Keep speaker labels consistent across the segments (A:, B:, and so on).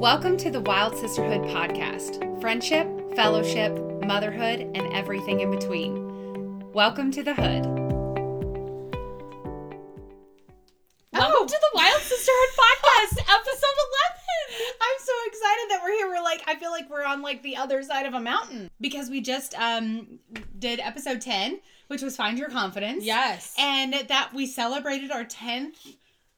A: Welcome to the Wild Sisterhood podcast friendship, fellowship, motherhood, and everything in between. Welcome to the hood.
B: Oh.
A: Welcome to the Wild Sisterhood podcast, episode 11.
B: I'm so excited that we're here. We're like, I feel like we're on like the other side of a mountain because we just um did episode 10, which was Find Your Confidence.
C: Yes.
B: And that we celebrated our 10th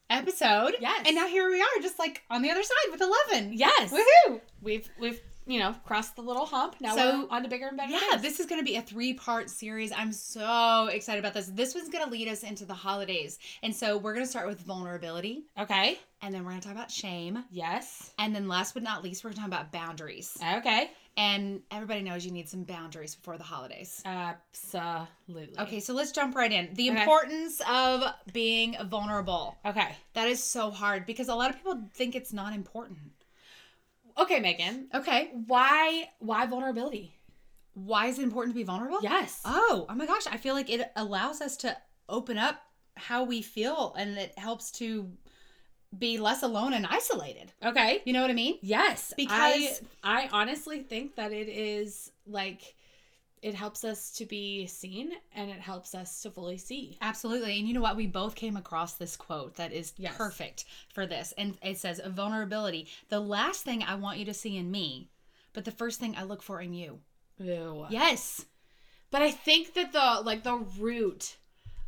B: episode.
C: Yes.
B: And now here we are, just like on the other side with 11.
C: yes.
B: Woohoo!
C: We've we've you know crossed the little hump. Now
B: So-
C: we're on to bigger and better.
B: Yeah,
C: things.
B: this is going to be a three part series. I'm so excited about this. This one's going to lead us into the holidays. And so we're going to start with vulnerability,
C: okay.
B: and then we're going to talk about shame.
C: Yes.
B: And then last but not least, we're talking about boundaries.
C: Okay.
B: And everybody knows you need some boundaries before the holidays.
C: Absolutely.
B: Okay, so let's jump right in. The
C: Okay.
B: importance of being vulnerable.
C: Okay.
B: That is so hard because a lot of people think it's not important.
C: Okay, Megan.
B: Okay,
C: Why why vulnerability?
B: why is it important to be vulnerable?
C: Yes.
B: Oh, oh my gosh, I feel like it allows us to open up how we feel and it helps to be less alone and isolated.
C: okay.
B: You know what I mean?
C: Yes.
B: Because-
C: I, I honestly think that it is like it helps us to be seen and it helps us to fully see.
B: Absolutely. And you know what? We both came across this quote that is
C: Yes.
B: perfect for this. And it says, vulnerability, the last thing I want you to see in me, but the first thing I look for in you.
C: Ew.
B: Yes.
C: But I think that the like the root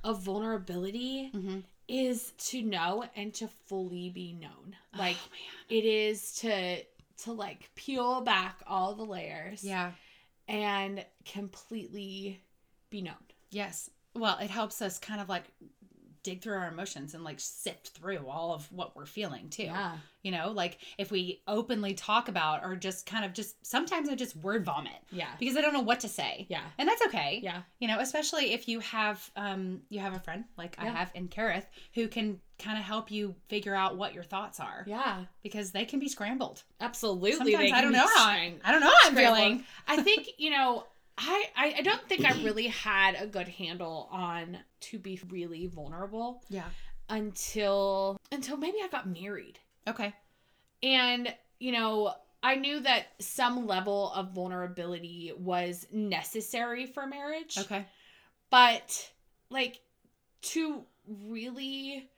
C: of vulnerability
B: Mm-hmm.
C: is to know and to fully be known.
B: Oh,
C: Like it is to to like peel back all the layers
B: yeah.
C: and completely be known.
B: Yes. Well, it helps us kind of like dig through our emotions and like sift through all of what we're feeling too. You know, like if we openly talk about or just kind of just sometimes I just word vomit
C: Yeah.
B: because I don't know what to say.
C: Yeah.
B: And that's okay.
C: Yeah.
B: you know especially if you have um you have a friend like i
C: Yeah.
B: have in Kareth who can kind of help you figure out what your thoughts are
C: Yeah.
B: because they can be scrambled
C: Absolutely.
B: sometimes
C: they
B: i don't
C: can
B: know
C: be
B: how I,
C: strang-
B: I don't know how i'm feeling
C: I think, you know, I, I I don't think I really had a good handle on to be really vulnerable
B: yeah
C: until until maybe I got married.
B: okay
C: And, you know, I knew that some level of vulnerability was necessary for marriage,
B: okay
C: but like to really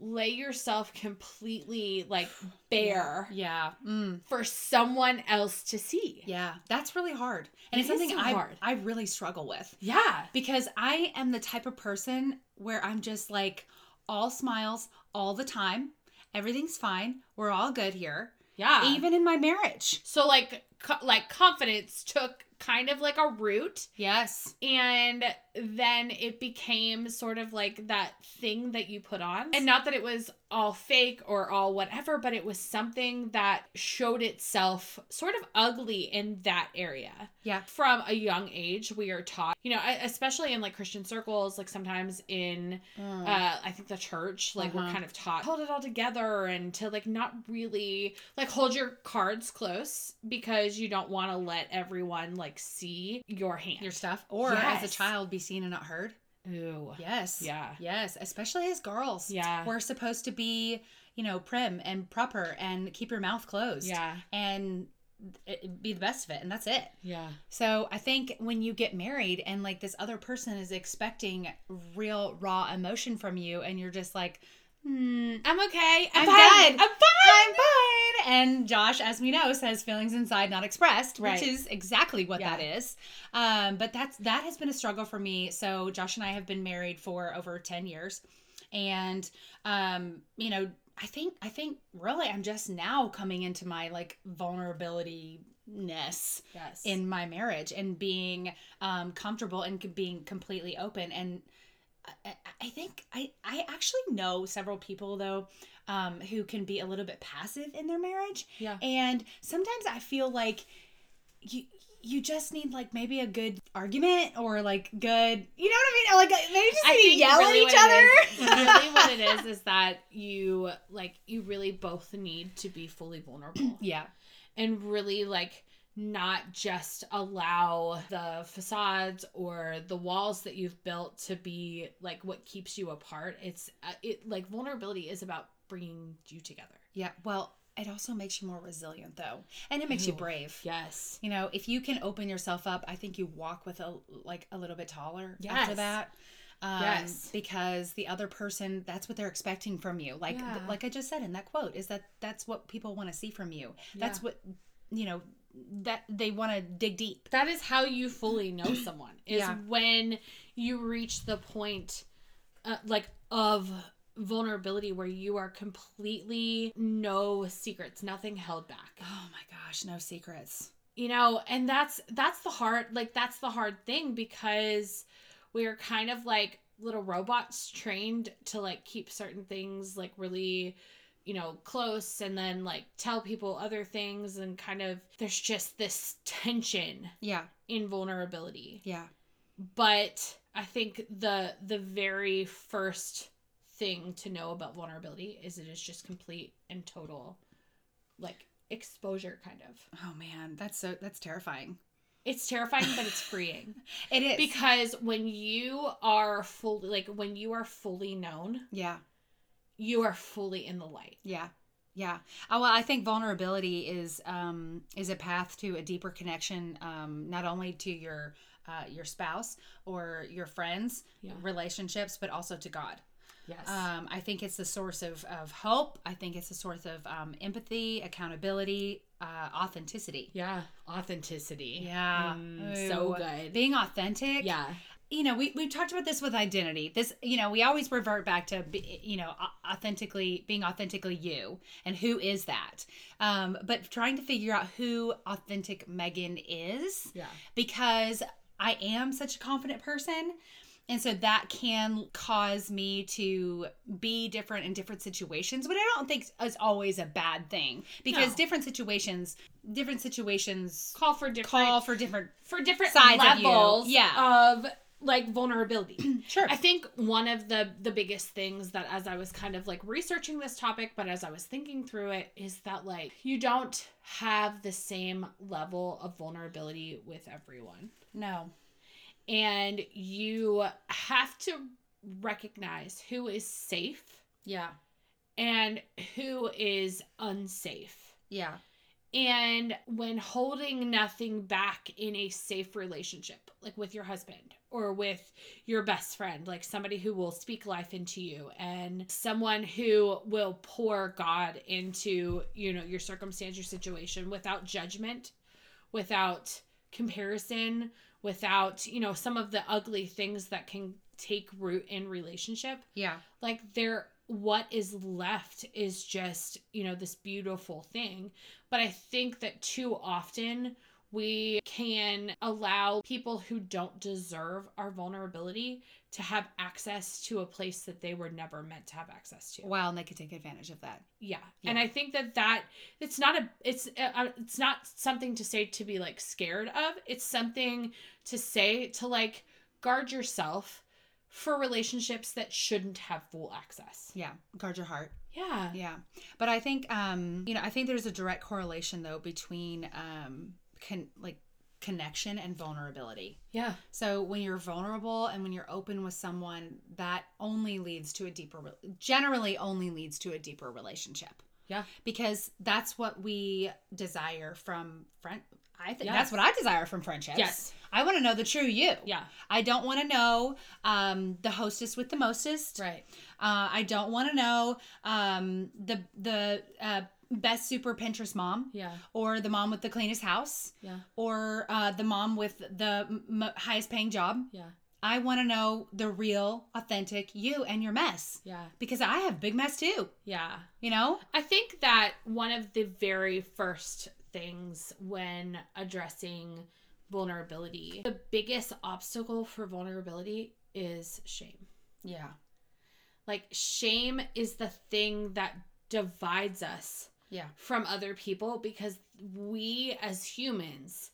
C: lay yourself completely like bare
B: yeah mm,
C: for someone else to see.
B: yeah that's really hard and
C: It
B: it's
C: is
B: something
C: so
B: i
C: hard.
B: i really struggle with
C: Yeah.
B: because i am the type of person where i'm just like all smiles all the time everything's fine we're all good here
C: Yeah.
B: even in my marriage
C: so like co- like confidence took kind of like a root
B: yes
C: and then it became sort of like that thing that you put on and not that it was all fake or all whatever but it was something that showed itself sort of ugly in that area
B: Yeah.
C: from a young age we are taught you know e- especially in like christian circles like sometimes in
B: Mm.
C: uh i think the church like
B: Uh-huh.
C: we're kind of taught hold it all together and to like not really like hold your cards close because you don't want to let everyone like see your hand
B: your stuff or as a
C: Yes.
B: child be seen and not heard
C: Ooh.
B: yes
C: Yeah.
B: yes especially as girls
C: Yeah.
B: we're supposed to be you know prim and proper and keep your mouth closed
C: Yeah.
B: and it, be the best of it and that's it
C: Yeah.
B: so i think when you get married and like this other person is expecting real raw emotion from you and you're just like hmm
C: I'm okay. I'm,
B: I'm
C: fine.
B: good.
C: I'm fine.
B: I'm fine. And Josh, as we know, says feelings inside not expressed,
C: Right.
B: which is exactly what
C: Yeah.
B: that is. Um, but that's that has been a struggle for me. So Josh and I have been married for over ten years, and um, you know, I think I think really I'm just now coming into my like vulnerability ness
C: Yes.
B: in my marriage and being um, comfortable and c- being completely open and I- I, I think I, I actually know several people though um, who can be a little bit passive in their marriage
C: yeah.
B: and sometimes I feel like you you just need like maybe a good argument or like good you know what I mean Or, like uh, maybe just need to yell
C: really
B: at
C: what
B: each
C: it is-
B: other
C: really what it is is that you like you really both need to be fully vulnerable
B: yeah
C: and really like not just allow the facades or the walls that you've built to be like what keeps you apart. It's uh, it like vulnerability is about bringing you together.
B: yeah well it also makes you more resilient though, and it makes you
C: Ew.
B: brave.
C: Yes.
B: You know, if you can open yourself up, I think you walk with a like a little bit taller after
C: Yes.
B: that. Um,
C: Yes.
B: because the other person that's what they're expecting from you like
C: Yeah.
B: like i just said in that quote is that that's what people want to see from you that's
C: Yeah.
B: what you know that they want to dig deep
C: That is how you fully know someone is
B: Yeah.
C: when you reach the point uh, like of vulnerability where you are completely no secrets, nothing held back.
B: oh my gosh no secrets
C: You know, and that's that's the hard like that's the hard thing because we are kind of like little robots trained to like keep certain things like really you know close and then like tell people other things and kind of there's just this tension
B: yeah
C: in vulnerability
B: yeah
C: but I think the the very first thing to know about vulnerability is it is just complete and total like exposure kind of.
B: oh man that's so that's terrifying
C: It's terrifying but it's freeing
B: it is
C: because when you are fully like when you are fully known,
B: yeah
C: you are fully in the light.
B: Yeah. Yeah. Uh, well, I think vulnerability is um, is a path to a deeper connection, um, not only to your uh, your spouse or your friends,
C: Yeah.
B: relationships, but also to God.
C: Yes.
B: Um, I think it's the source of, of hope. I think it's a source of um, empathy, accountability, uh, authenticity.
C: yeah, authenticity.
B: Yeah.
C: Mm, so
B: Ooh.
C: good.
B: Being authentic
C: Yeah.
B: you know, we, we've talked about this with identity. This, you know, we always revert back to, be- you know, au- authentically being authentically you and who is that. Um, but trying to figure out who authentic Megan is
C: Yeah.
B: because I am such a confident person. And so that can cause me to be different in different situations, but I don't think it's always a bad thing because
C: No.
B: different situations, different situations
C: Call for different
B: call for different.
C: for different
B: Sides of you.
C: levels
B: Yeah.
C: of like vulnerability.
B: Sure.
C: I think one of the the biggest things that as I was kind of like researching this topic, but as I was thinking through it, is that like you don't have the same level of vulnerability with everyone.
B: no.
C: And you have to recognize who is safe
B: Yeah.
C: and who is unsafe.
B: Yeah.
C: And when holding nothing back in a safe relationship, like with your husband or with your best friend, like somebody who will speak life into you and someone who will pour God into, you know, your circumstance, your situation without judgment, without comparison, without, you know, some of the ugly things that can take root in relationship
B: Yeah.
C: like there what is left is just you know this beautiful thing but i think that too often we can allow people who don't deserve our vulnerability to have access to a place that they were never meant to have access to
B: Wow, and they could take advantage of that.
C: yeah. and
B: Yeah.
C: i think that that it's not a it's uh, it's not something to say to be like scared of it's something to say to like guard yourself for relationships that shouldn't have full access
B: Yeah, guard your heart.
C: yeah
B: Yeah, but I think um, you know, I think there's a direct correlation though between um, con- like connection and vulnerability.
C: yeah
B: So when you're vulnerable and when you're open with someone, that only leads to a deeper, re- generally only leads to a deeper relationship.
C: Yeah.
B: because that's what we desire from friend. I think
C: Yes.
B: that's what I desire from friendships.
C: yes
B: I want to know the true you.
C: yeah
B: I don't want to know um, the hostess with the mostest.
C: right
B: Uh, I don't want to know um, the the uh, best super Pinterest mom
C: yeah
B: or the mom with the cleanest house
C: yeah
B: or uh, the mom with the m- m- highest paying job.
C: yeah
B: I want to know the real, authentic you and your mess
C: yeah
B: because I have big mess too.
C: yeah
B: You know?
C: I think that one of the very first things when addressing vulnerability, the biggest obstacle for vulnerability is shame.
B: Yeah.
C: Like, shame is the thing that divides us
B: Yeah.
C: from other people because we as humans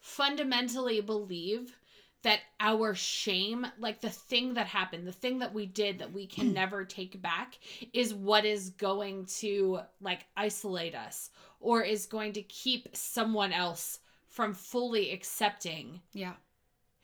C: fundamentally believe that our shame, like the thing that happened, the thing that we did that we can never take back, is what is going to like isolate us or is going to keep someone else from fully accepting
B: Yeah.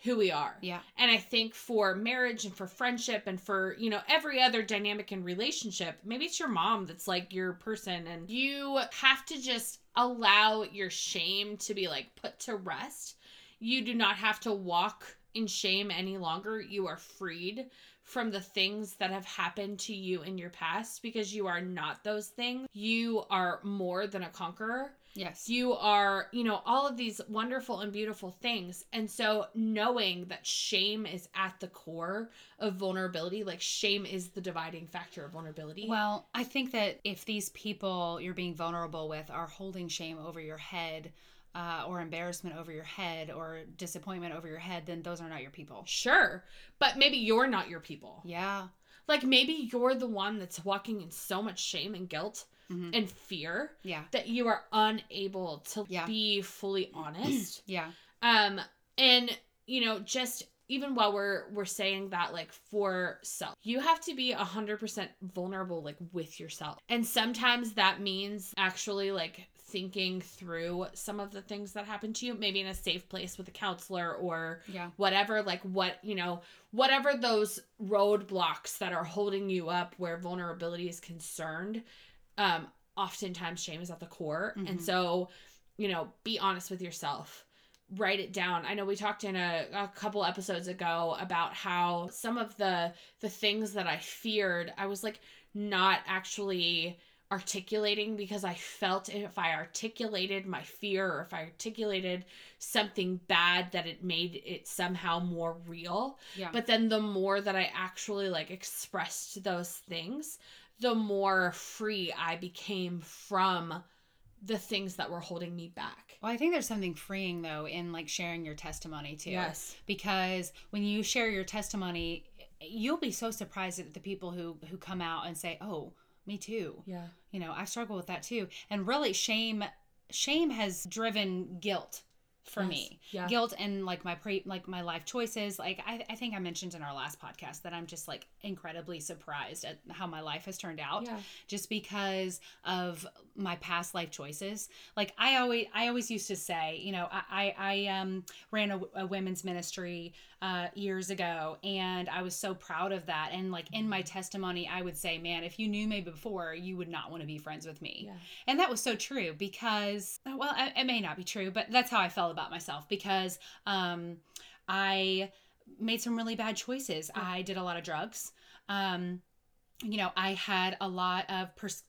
C: who we are.
B: Yeah.
C: And I think for marriage and for friendship and for, you know, every other dynamic in relationship, maybe it's your mom that's like your person and you have to just allow your shame to be like put to rest. You do not have to walk in shame any longer. You are freed from the things that have happened to you in your past because you are not those things. You are more than a conqueror.
B: Yes.
C: You are, you know, all of these wonderful and beautiful things. And so knowing that shame is at the core of vulnerability, like shame is the dividing factor of vulnerability.
B: Well, I think that if these people you're being vulnerable with are holding shame over your head, uh, or embarrassment over your head, or disappointment over your head, then those are not your people.
C: sure, but maybe you're not your people.
B: Yeah.
C: Like maybe you're the one that's walking in so much shame and guilt
B: Mhm.
C: and fear
B: Yeah.
C: that you are unable to
B: Yeah.
C: be fully honest.
B: Yeah.
C: um and you know just even while we're we're saying that like for self you have to be 100% vulnerable like with yourself and sometimes that means actually like thinking through some of the things that happened to you maybe in a safe place with a counselor or
B: Yeah.
C: whatever like what you know whatever those roadblocks that are holding you up where vulnerability is concerned um oftentimes shame is at the core and
B: Mhm.
C: so you know be honest with yourself write it down i know we talked in a, a couple episodes ago about how some of the the things that i feared i was like not actually articulating because i felt if i articulated my fear or if i articulated something bad that it made it somehow more real
B: Yeah.
C: but then the more that I actually like expressed those things, the more free I became from the things that were holding me back.
B: well, I think there's something freeing though in like sharing your testimony too. because when you share your testimony you'll be so surprised at the people who who come out and say oh me too
C: Yeah.
B: you know i struggle with that too and really shame shame has driven guilt for me
C: Yeah.
B: guilt and like my pre like my life choices like I, I think i mentioned in our last podcast that i'm just like incredibly surprised at how my life has turned out
C: Yeah.
B: just because of my past life choices. Like I always, I always used to say, you know, I, I, I um, ran a, a women's ministry uh, years ago, and I was so proud of that. And like in my testimony, I would say, man, if you knew me before, you would not want to be friends with me.
C: Yeah.
B: And that was so true because, oh, well, it, it may not be true, but that's how I felt about myself because um, I made some really bad choices.
C: Yeah.
B: I did a lot of drugs. Um, you know, I had a lot of pers-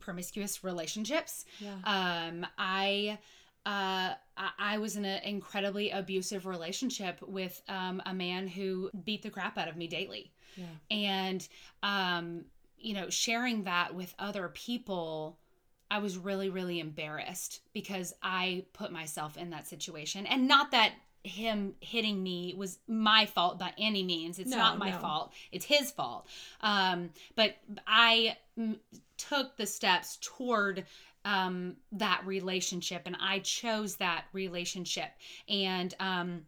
B: promiscuous relationships.
C: Yeah.
B: Um, I. Uh, I- I was in an incredibly abusive relationship with um, a man who beat the crap out of me daily
C: Yeah.
B: and um you know sharing that with other people i was really really embarrassed because i put myself in that situation and not that him hitting me was my fault by any means it's
C: No,
B: not my
C: no.
B: fault it's his fault um but i mm, took the steps toward um that relationship and i chose that relationship and um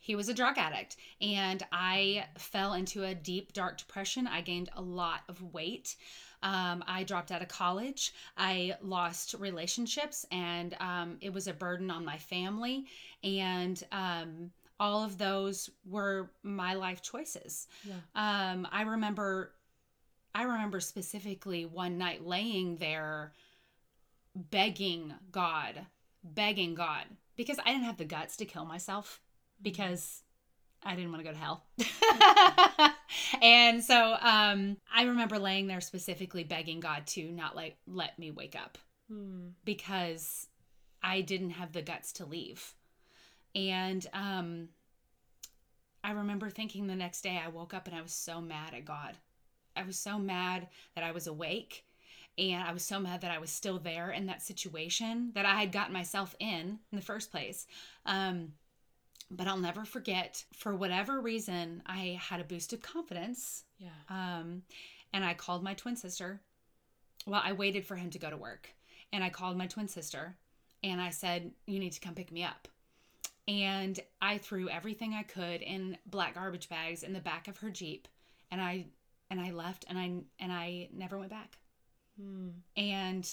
B: he was a drug addict and i fell into a deep dark depression i gained a lot of weight um, i dropped out of college i lost relationships and um, it was a burden on my family and um, all of those were my life choices
C: Yeah.
B: um, i remember i remember specifically one night laying there begging god begging god because i didn't have the guts to kill myself because I didn't want to go to hell. and so um, I remember laying there specifically begging God to not like let me wake up
C: Hmm.
B: because I didn't have the guts to leave. And um, I remember thinking the next day I woke up and I was so mad at God. I was so mad that I was awake and I was so mad that I was still there in that situation that I had gotten myself in in the first place. Um, but I'll never forget, for whatever reason, I had a boost of confidence
C: Yeah.
B: um, and I called my twin sister. Well, I waited for him to go to work, and I called my twin sister, and I said, "You need to come pick me up." And I threw everything I could in black garbage bags in the back of her jeep, and I and I left, and I and I never went back
C: Hmm.
B: and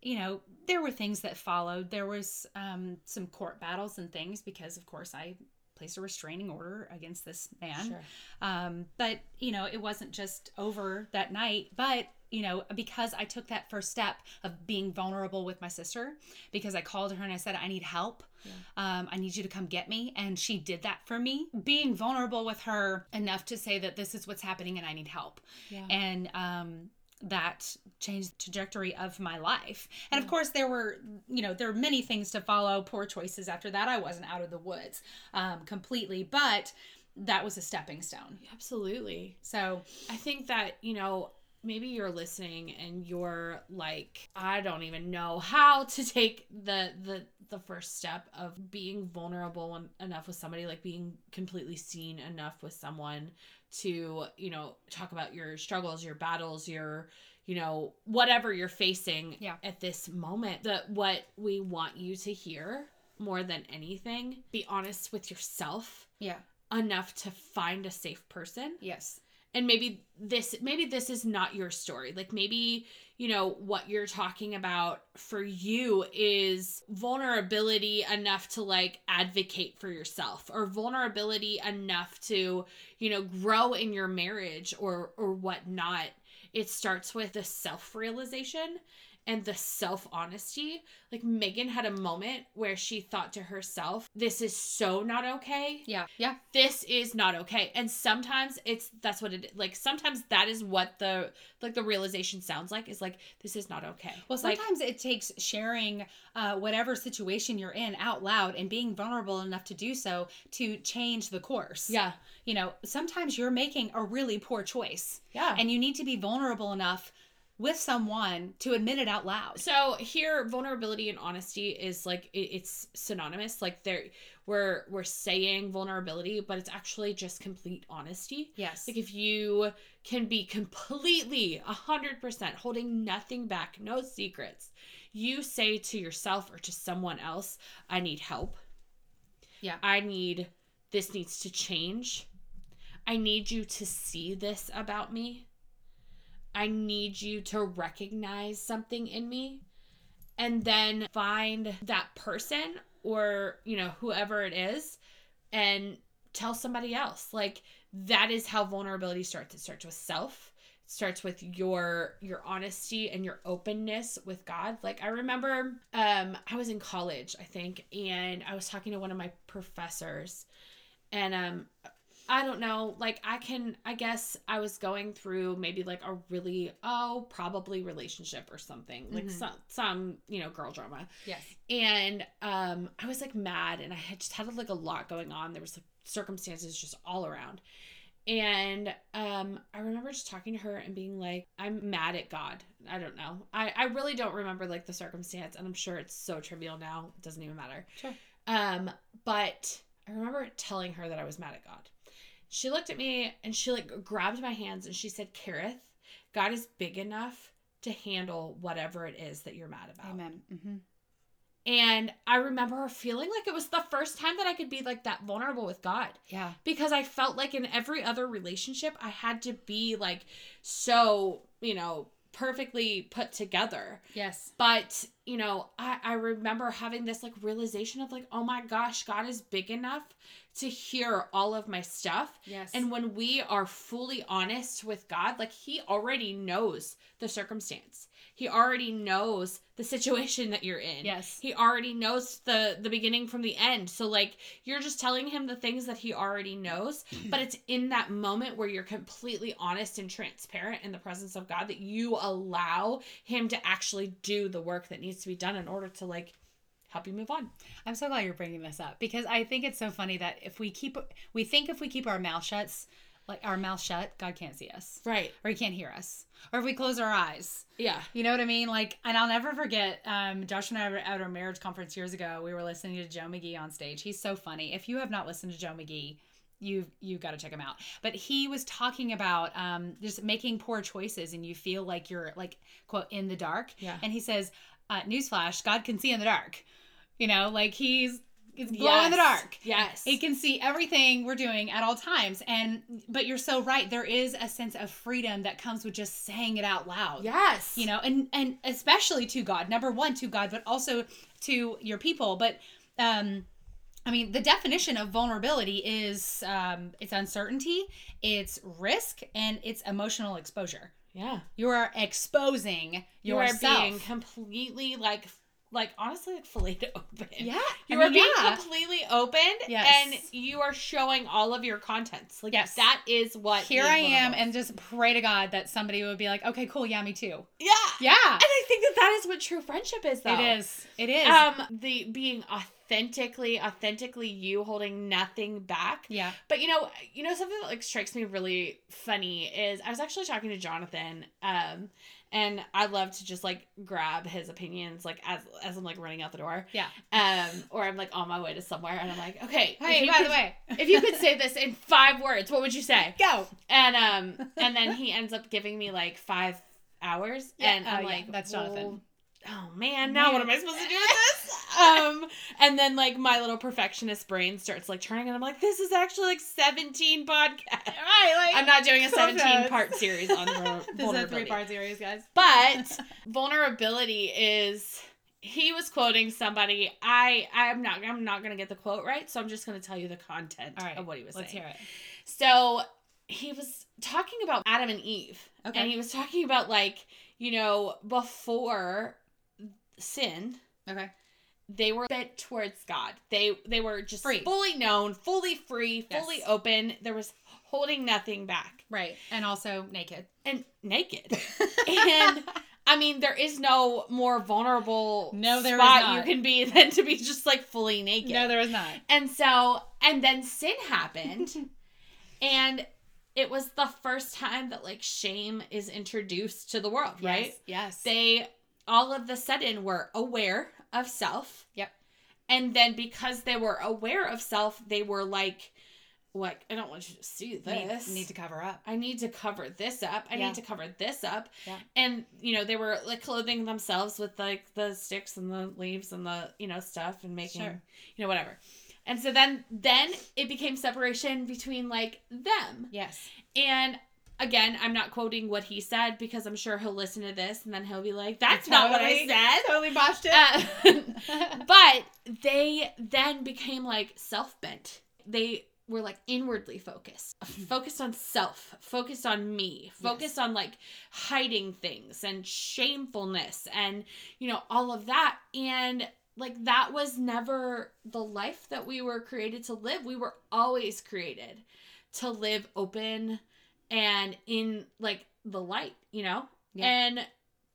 B: you know there were things that followed there was um, some court battles and things because of course i placed a restraining order against this man. Um, but you know, it wasn't just over that night, but you know, because I took that first step of being vulnerable with my sister, because I called her and I said, I need help.
C: Yeah.
B: Um, I need you to come get me. And she did that for me. Being vulnerable with her enough to say that this is what's happening and I need help
C: Yeah.
B: and um that changed the trajectory of my life and
C: Yeah.
B: of course there were you know there were many things to follow poor choices after that i wasn't out of the woods um completely but that was a stepping stone
C: Absolutely.
B: so
C: I think that, you know, maybe you're listening and you're like, I don't even know how to take the the the first step of being vulnerable en- enough with somebody, like being completely seen enough with someone to, you know, talk about your struggles, your battles, your you know, whatever you're facing
B: Yeah.
C: at this moment. The what we want you to hear more than anything, be honest with yourself
B: yeah
C: enough to find a safe person
B: yes
C: and maybe this maybe this is not your story like maybe you know what you're talking about for you is vulnerability enough to like advocate for yourself or vulnerability enough to you know grow in your marriage or or whatnot it starts with the self-realization and the self-honesty like megan had a moment where she thought to herself this is so not okay
B: yeah yeah
C: this is not okay and sometimes it's that's what it like sometimes that is what the like the realization sounds like is like this is not okay
B: well
C: like
B: sometimes it takes sharing uh, whatever situation you're in out loud and being vulnerable enough to do so to change the course
C: yeah
B: you know sometimes you're making a really poor choice
C: yeah
B: and you need to be vulnerable enough with someone to admit it out loud.
C: so here vulnerability and honesty is like it, it's synonymous like there we're we're saying vulnerability but it's actually just complete honesty
B: Yes.
C: like if you can be completely 100% holding nothing back no secrets you say to yourself or to someone else i need help
B: Yeah.
C: i need this needs to change i need you to see this about me i need you to recognize something in me and then find that person or you know whoever it is and tell somebody else like that is how vulnerability starts it starts with self it starts with your your honesty and your openness with god like i remember um i was in college i think and i was talking to one of my professors and um i don't know like i can i guess i was going through maybe like a really oh probably relationship or something like
B: Mhm.
C: some some you know girl drama
B: yes.
C: and um i was like mad and i had just had like a lot going on there was like circumstances just all around and um i remember just talking to her and being like i'm mad at god i don't know i i really don't remember like the circumstance and i'm sure it's so trivial now it doesn't even matter
B: Sure.
C: um but i remember telling her that i was mad at god she looked at me and she like grabbed my hands and she said kareth god is big enough to handle whatever it is that you're mad about
B: Amen. Mm-hmm.
C: and I remember feeling like it was the first time that I could be like that vulnerable with God
B: Yeah.
C: because I felt like in every other relationship, I had to be like so, you know, perfectly put together.
B: Yes.
C: But, you know, I, I remember having this like realization of like, oh my gosh, God is big enough to hear all of my stuff.
B: Yes.
C: And when we are fully honest with God, like He already knows the circumstance, He already knows the situation that you're in.
B: yes.
C: He already knows the the beginning from the end. So like you're just telling him the things that he already knows, but it's in that moment where you're completely honest and transparent in the presence of God that you allow him to actually do the work that needs to be done in order to like help you move on.
B: I'm so glad you're bringing this up because I think it's so funny that if we keep, we think if we keep our mouth shuts, like our mouth shut, God can't see us
C: Right.
B: or He can't hear us, or if we close our eyes.
C: Yeah.
B: You know what I mean? Like, and I'll never forget. Um, Josh and I were at our marriage conference years ago. We were listening to Joe McGee on stage. He's so funny. If you have not listened to Joe McGee, you you got to check him out. But he was talking about um, just making poor choices, and you feel like you're like quote in the dark.
C: Yeah.
B: And he says, uh, "Newsflash: God can see in the dark." You know, like he's it's glow in the
C: Yes.
B: dark.
C: Yes.
B: It can see everything we're doing at all times. And but you're so right. There is a sense of freedom that comes with just saying it out loud
C: yes.
B: you know and and especially to god number one to god but also to your people but um I mean, the definition of vulnerability is um, it's uncertainty, it's risk, and it's emotional exposure.
C: Yeah.
B: You are exposing
C: You are
B: yourself.
C: being completely like like honestly like filleted open.
B: yeah,
C: You
B: I
C: are
B: mean,
C: being
B: yeah.
C: completely open
B: Yes.
C: and you are showing all of your contents. Like
B: Yes.
C: that is what
B: Here
C: is
B: I am,
C: vulnerable.
B: and just pray to God that somebody would be like, "Okay, cool, yeah, me too."
C: Yeah.
B: Yeah,
C: And I think that that is what true friendship is though.
B: it is. It is.
C: Um the being authentically authentically you holding nothing back.
B: yeah.
C: But you know, you know something that like strikes me really funny is I was actually talking to Jonathan, um, and I love to just like grab his opinions like as as I'm like running out the door,
B: Yeah.
C: um, or I'm like on my way to somewhere, and I'm like, okay,
B: Hey,
C: if you
B: by
C: could,
B: the way,
C: if you could say this in five words, what would you say?
B: go.
C: And um, and then he ends up giving me like five hours,
B: Yeah,
C: and
B: oh,
C: I'm
B: yeah,
C: like,
B: that's Jonathan.
C: well, Oh man, now what am
B: Man.
C: I supposed to do with this? Um, and then like my little perfectionist brain starts like turning, and I'm like, this is actually like 17 podcasts.
B: Right, like
C: I'm not doing a
B: Cool
C: 17
B: notes.
C: part series on vul-
B: This is a
C: vulnerability.
B: three-part series, guys.
C: But vulnerability is he was quoting somebody. I I'm not I'm not going to get the quote right, so I'm just going to tell you the content
B: All right,
C: of what he was
B: Let's
C: saying.
B: hear it.
C: So, he was talking about Adam and Eve.
B: Okay.
C: And he was talking about like, you know, before sin,
B: okay.
C: they were bent towards God. They they were just
B: Free.
C: fully known, fully free,
B: Yes.
C: fully open. There was holding nothing back
B: Right, and also naked.
C: and naked. and I mean, there is no more vulnerable
B: No, there is
C: spot
B: not.
C: you can be than to be just like fully naked.
B: No, there is not.
C: And so, and then sin happened. and it was the first time that like shame is introduced to the world, right?
B: Yes. yes.
C: They all of the sudden were aware of self.
B: Yep.
C: And then because they were aware of self, they were like, like, I don't want you to see
B: need,
C: this.
B: need to cover up.
C: I need to cover this up. I
B: Yeah.
C: need to cover this up.
B: Yeah.
C: And you know, they were like clothing themselves with like the sticks and the leaves and the, you know, stuff and making,
B: Sure.
C: you know, whatever. And so then then it became separation between like them.
B: Yes.
C: And again, I'm not quoting what he said because I'm sure he'll listen to this and then he'll be like, that's
B: You
C: not what I
B: totally-
C: said.
B: Totally botched it.
C: Uh, but they then became like self bent. They were like inwardly focused, focused on self, focused on me, focused on like hiding things and shamefulness and, you know, all of that. And like that was never the life that we were created to live. We were always created to live open and in like the light, you know?
B: Yeah.
C: And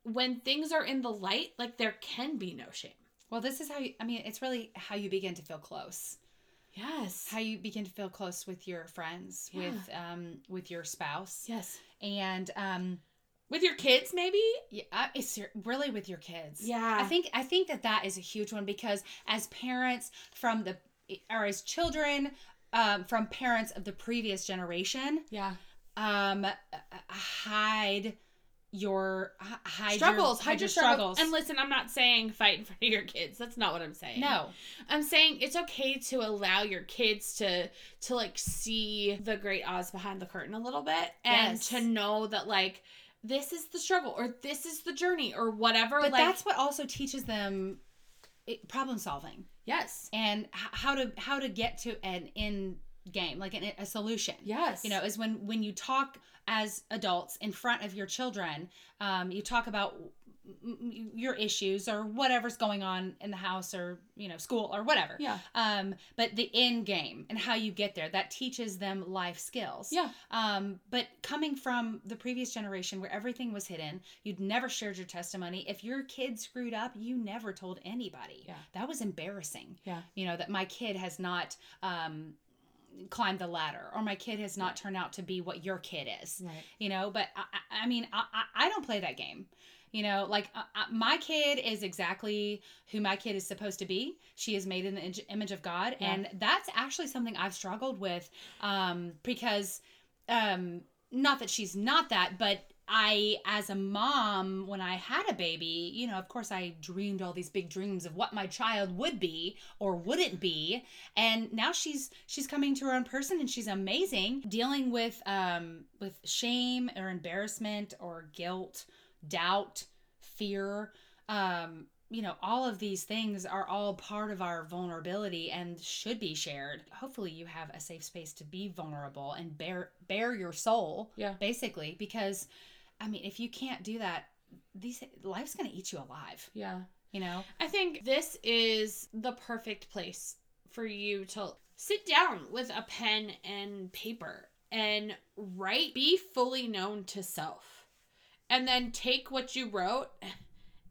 C: when things are in the light, like there can be no shame.
B: well, this is how you. I mean, it's really how you begin to feel close.
C: Yes.
B: How you begin to feel close with your friends,
C: Yeah.
B: with um, with your spouse,
C: Yes.
B: and um,
C: With your kids, maybe?
B: yeah, I- it's your- really with your kids.
C: Yeah.
B: I think I think that that is a huge one because as parents from the or as children um, from parents of the previous generation,
C: yeah.
B: um, uh, uh, hide your h- hide
C: struggles.
B: your,
C: hide your struggles. And listen, I'm not saying fight in front of your kids. That's not what I'm saying.
B: no,
C: I'm saying it's okay to allow your kids to to like see the great Oz behind the curtain a little bit and
B: Yes.
C: to know that like this is the struggle or this is the journey or whatever.
B: but
C: like
B: that's what also teaches them it, problem solving
C: yes.
B: and h- how to how to get to an end game, like an, a solution.
C: Yes.
B: you know is when when you talk as adults in front of your children um, you talk about m- m- your issues or whatever's going on in the house or you know school or whatever
C: Yeah.
B: um, but the end game and how you get there that teaches them life skills
C: Yeah.
B: um, but coming from the previous generation where everything was hidden you'd never shared your testimony if your kid screwed up you never told anybody
C: Yeah.
B: that was embarrassing
C: Yeah.
B: you know that my kid has not um, climbed the ladder or my kid has not turned out to be what your kid is
C: Right.
B: you know but i, I I mean I, I- I don't play that game you know like I, I, my kid is exactly who my kid is supposed to be she is made in the ing- image of god
C: Yeah.
B: and that's actually something i've struggled with um, because um, not that she's not that but i as a mom when i had a baby you know of course i dreamed all these big dreams of what my child would be or wouldn't be and now she's she's coming to her own person and she's amazing dealing with um with shame or embarrassment or guilt doubt fear um you know, all of these things are all part of our vulnerability and should be shared. Hopefully you have a safe space to be vulnerable and bear bear your soul.
C: Yeah.
B: Basically, because I mean, if you can't do that, these life's going to eat you alive,
C: Yeah.
B: you know?
C: I think this is the perfect place for you to sit down with a pen and paper and write, be fully known to self. And then take what you wrote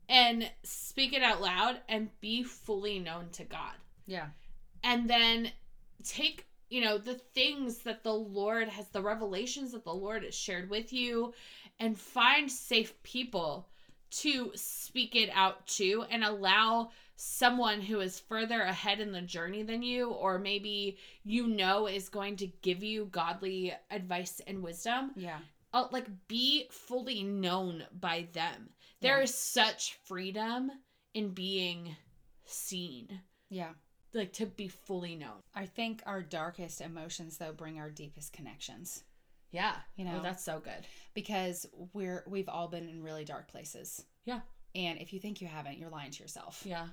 C: and speak it out loud and be fully known to God.
B: Yeah.
C: And then take, you know, the things that the Lord has, the revelations that the Lord has shared with you, and find safe people to speak it out to and allow someone who is further ahead in the journey than you or maybe you know is going to give you godly advice and wisdom
B: Yeah.
C: uh, like be fully known by them There
B: Yeah.
C: is such freedom in being seen
B: Yeah.
C: like to be fully known
B: I think our darkest emotions though bring our deepest connections
C: yeah
B: You
C: you
B: know?
C: know Oh, that's so good
B: because we're we've all been in really dark places.
C: Yeah.
B: And if you think you haven't, you're lying to yourself.
C: yeah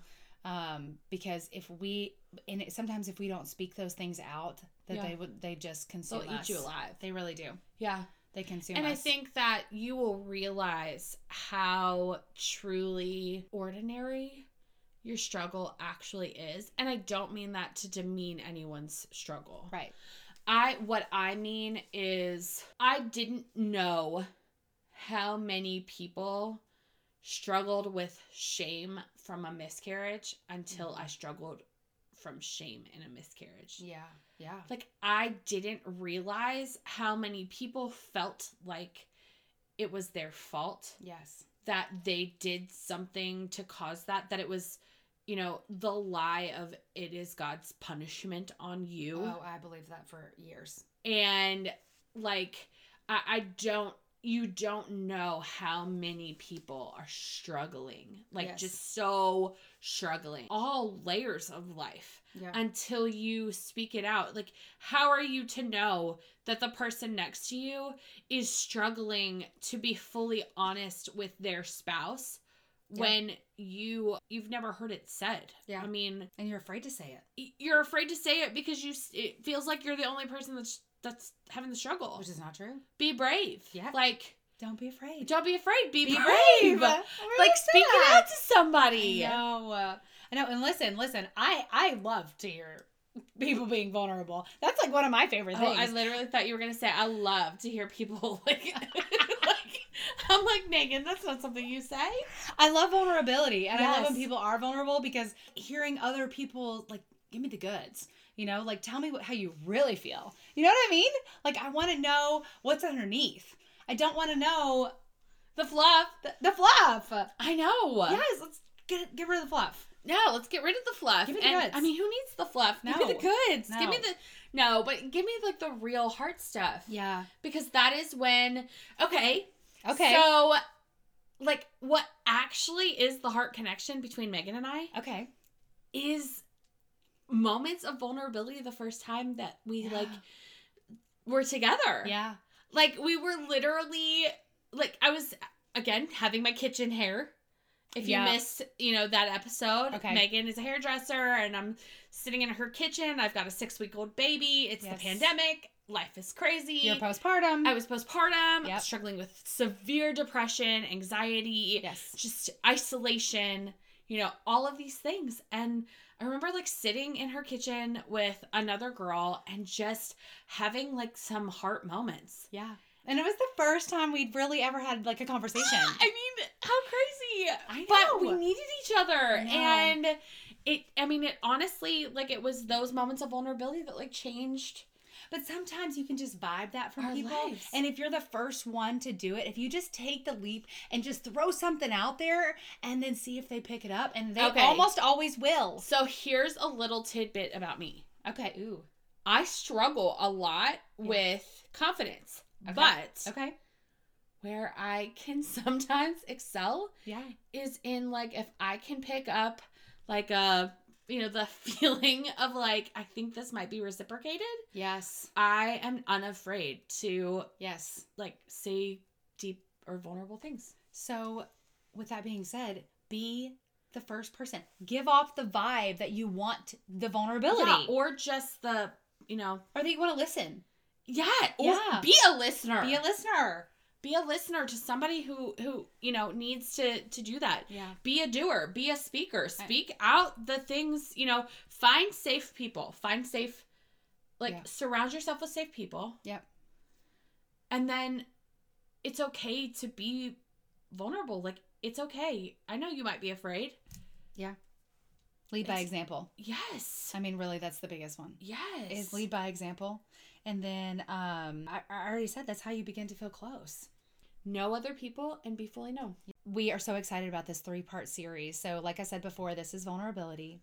B: Um because if we and it, sometimes if we don't speak those things out, that
C: Yeah.
B: they would they just consume
C: they'll eat
B: us.
C: you alive
B: They really do.
C: yeah
B: They consume
C: and i
B: us.
C: think that you will realize how truly ordinary your struggle actually is and i don't mean that to demean anyone's struggle
B: right.
C: I what I mean is I didn't know how many people struggled with shame from a miscarriage until I struggled from shame in a miscarriage.
B: Yeah. Yeah.
C: Like I didn't realize how many people felt like it was their fault
B: Yes.
C: that they did something to cause that that it was you know the lie of it is God's punishment on you
B: Oh, I believe that for years.
C: and like I, I don't you don't know how many people are struggling like
B: Yes.
C: just so struggling all layers of life
B: Yeah.
C: until you speak it out like how are you to know that the person next to you is struggling to be fully honest with their spouse
B: Yeah.
C: when you you've never heard it said
B: Yeah.
C: i mean
B: and you're afraid to say it,
C: y- you're afraid to say it because you s- it feels like you're the only person that's that's having the struggle.
B: which is not true.
C: Be brave.
B: Yeah.
C: Like
B: Don't be afraid.
C: don't be afraid. Be,
B: be
C: brave.
B: brave.
C: Like speak it out to somebody.
B: I know. uh, I know. And listen, listen. I I love to hear people being vulnerable. That's like one of my favorite
C: Oh,
B: things.
C: I literally thought you were gonna say I love to hear people like, like I'm like Megan. That's not something you say.
B: I love vulnerability, and I love when
C: Yes.
B: people are vulnerable because hearing other people like give me the goods. You know, like tell me what, how you really feel. You know what I mean? Like I want to know what's underneath. I don't want to know
C: The fluff.
B: the, the fluff.
C: I know.
B: Yes, let's get get rid of the fluff.
C: No, let's get rid of the fluff.
B: Give me the
C: and,
B: goods.
C: I mean, who needs the fluff? Give me the
B: No.
C: goods. Give me
B: No.
C: the no, but give me like the real heart stuff.
B: Yeah.
C: Because that is when okay,
B: Okay.
C: So, like, what actually is the heart connection between Megan and I
B: okay.
C: is moments of vulnerability the first time that we, like, were together.
B: Yeah.
C: Like, we were literally, like, I was, again, having my kitchen hair. If you
B: Yeah.
C: missed, you know, that episode,
B: Okay.
C: Megan is a hairdresser and I'm sitting in her kitchen. I've got a six week old baby. It's
B: Yes.
C: the pandemic. Life is crazy.
B: You're postpartum.
C: I was postpartum,
B: Yep.
C: struggling with severe depression, anxiety,
B: yes.
C: just isolation, you know, all of these things. And I remember like sitting in her kitchen with another girl and just having like some heart moments.
B: Yeah. And it was the first time we'd really ever had like a conversation.
C: I mean, how crazy.
B: I
C: But
B: know.
C: we needed each other.
B: I know.
C: And it, I mean, it honestly, like, it was those moments of vulnerability that like changed.
B: But sometimes you can just vibe that from
C: Our
B: people.
C: lives.
B: And if you're the first one to do it, if you just take the leap and just throw something out there and then see if they pick it up, and they
C: Okay.
B: almost always will.
C: So here's a little tidbit about me.
B: Okay. Ooh.
C: I struggle a lot
B: Yeah.
C: with confidence,
B: Okay.
C: but
B: Okay.
C: where I can sometimes excel
B: Yeah.
C: is in like if I can pick up like a you know the feeling of like I think this might be reciprocated.
B: Yes.
C: I am unafraid to
B: Yes.
C: like say deep or vulnerable things.
B: So, with that being said, be the first person. Give off the vibe that you want the vulnerability,
C: Yeah, or just the you know
B: or that you want to listen.
C: yeah or
B: Yeah.
C: be a listener
B: Be a listener.
C: be a listener to somebody who who you know needs to to do that
B: Yeah.
C: be a doer be a speaker speak out the things you know find safe people find safe like
B: Yeah.
C: surround yourself with safe people
B: Yep.
C: and then it's okay to be vulnerable like it's okay i know you might be afraid
B: Lead by
C: It's-
B: example.
C: yes
B: I mean, really, that's the biggest one.
C: yes
B: Is lead by example, and then um, I, I already said that's how you begin to feel close.
C: know other people and be fully known
B: we are so excited about this three part series. So, like I said before, this is vulnerability,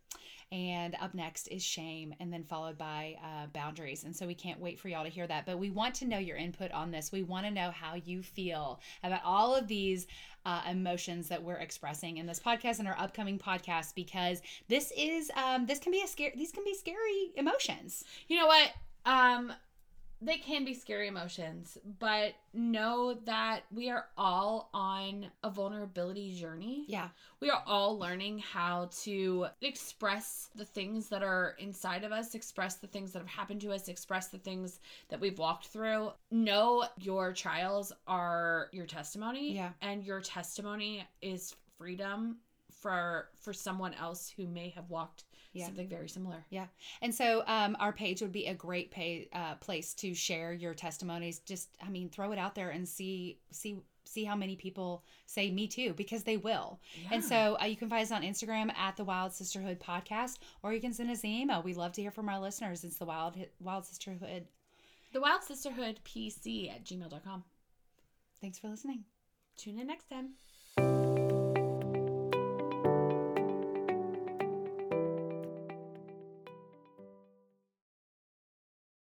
B: and up next is shame, and then followed by uh, boundaries. And so, we can't wait for y'all to hear that. But we want to know your input on this. We want to know how you feel about all of these uh, emotions that we're expressing in this podcast and our upcoming podcast, because this is um, this can be a scare. These can be scary emotions.
C: You know what? Um they can be scary emotions, but know that we are all on a vulnerability journey.
B: Yeah,
C: We are all learning how to express the things that are inside of us, express the things that have happened to us, express the things that we've walked through. Know your trials are your testimony.
B: Yeah.
C: And your testimony is freedom for for someone else who may have walked
B: Yeah.
C: something very similar.
B: And so um, our page would be a great pay, uh, place to share your testimonies. Just, I mean, throw it out there and see see see how many people say me too because they will. And
C: Yeah.
B: so uh, you can find us on Instagram at the Wild Sisterhood Podcast, or you can send us an email. We love to hear from our listeners. It's the Wild Wild Sisterhood.
C: The Wild Sisterhood PC at gmail.com.
B: Thanks for listening.
C: Tune in next time.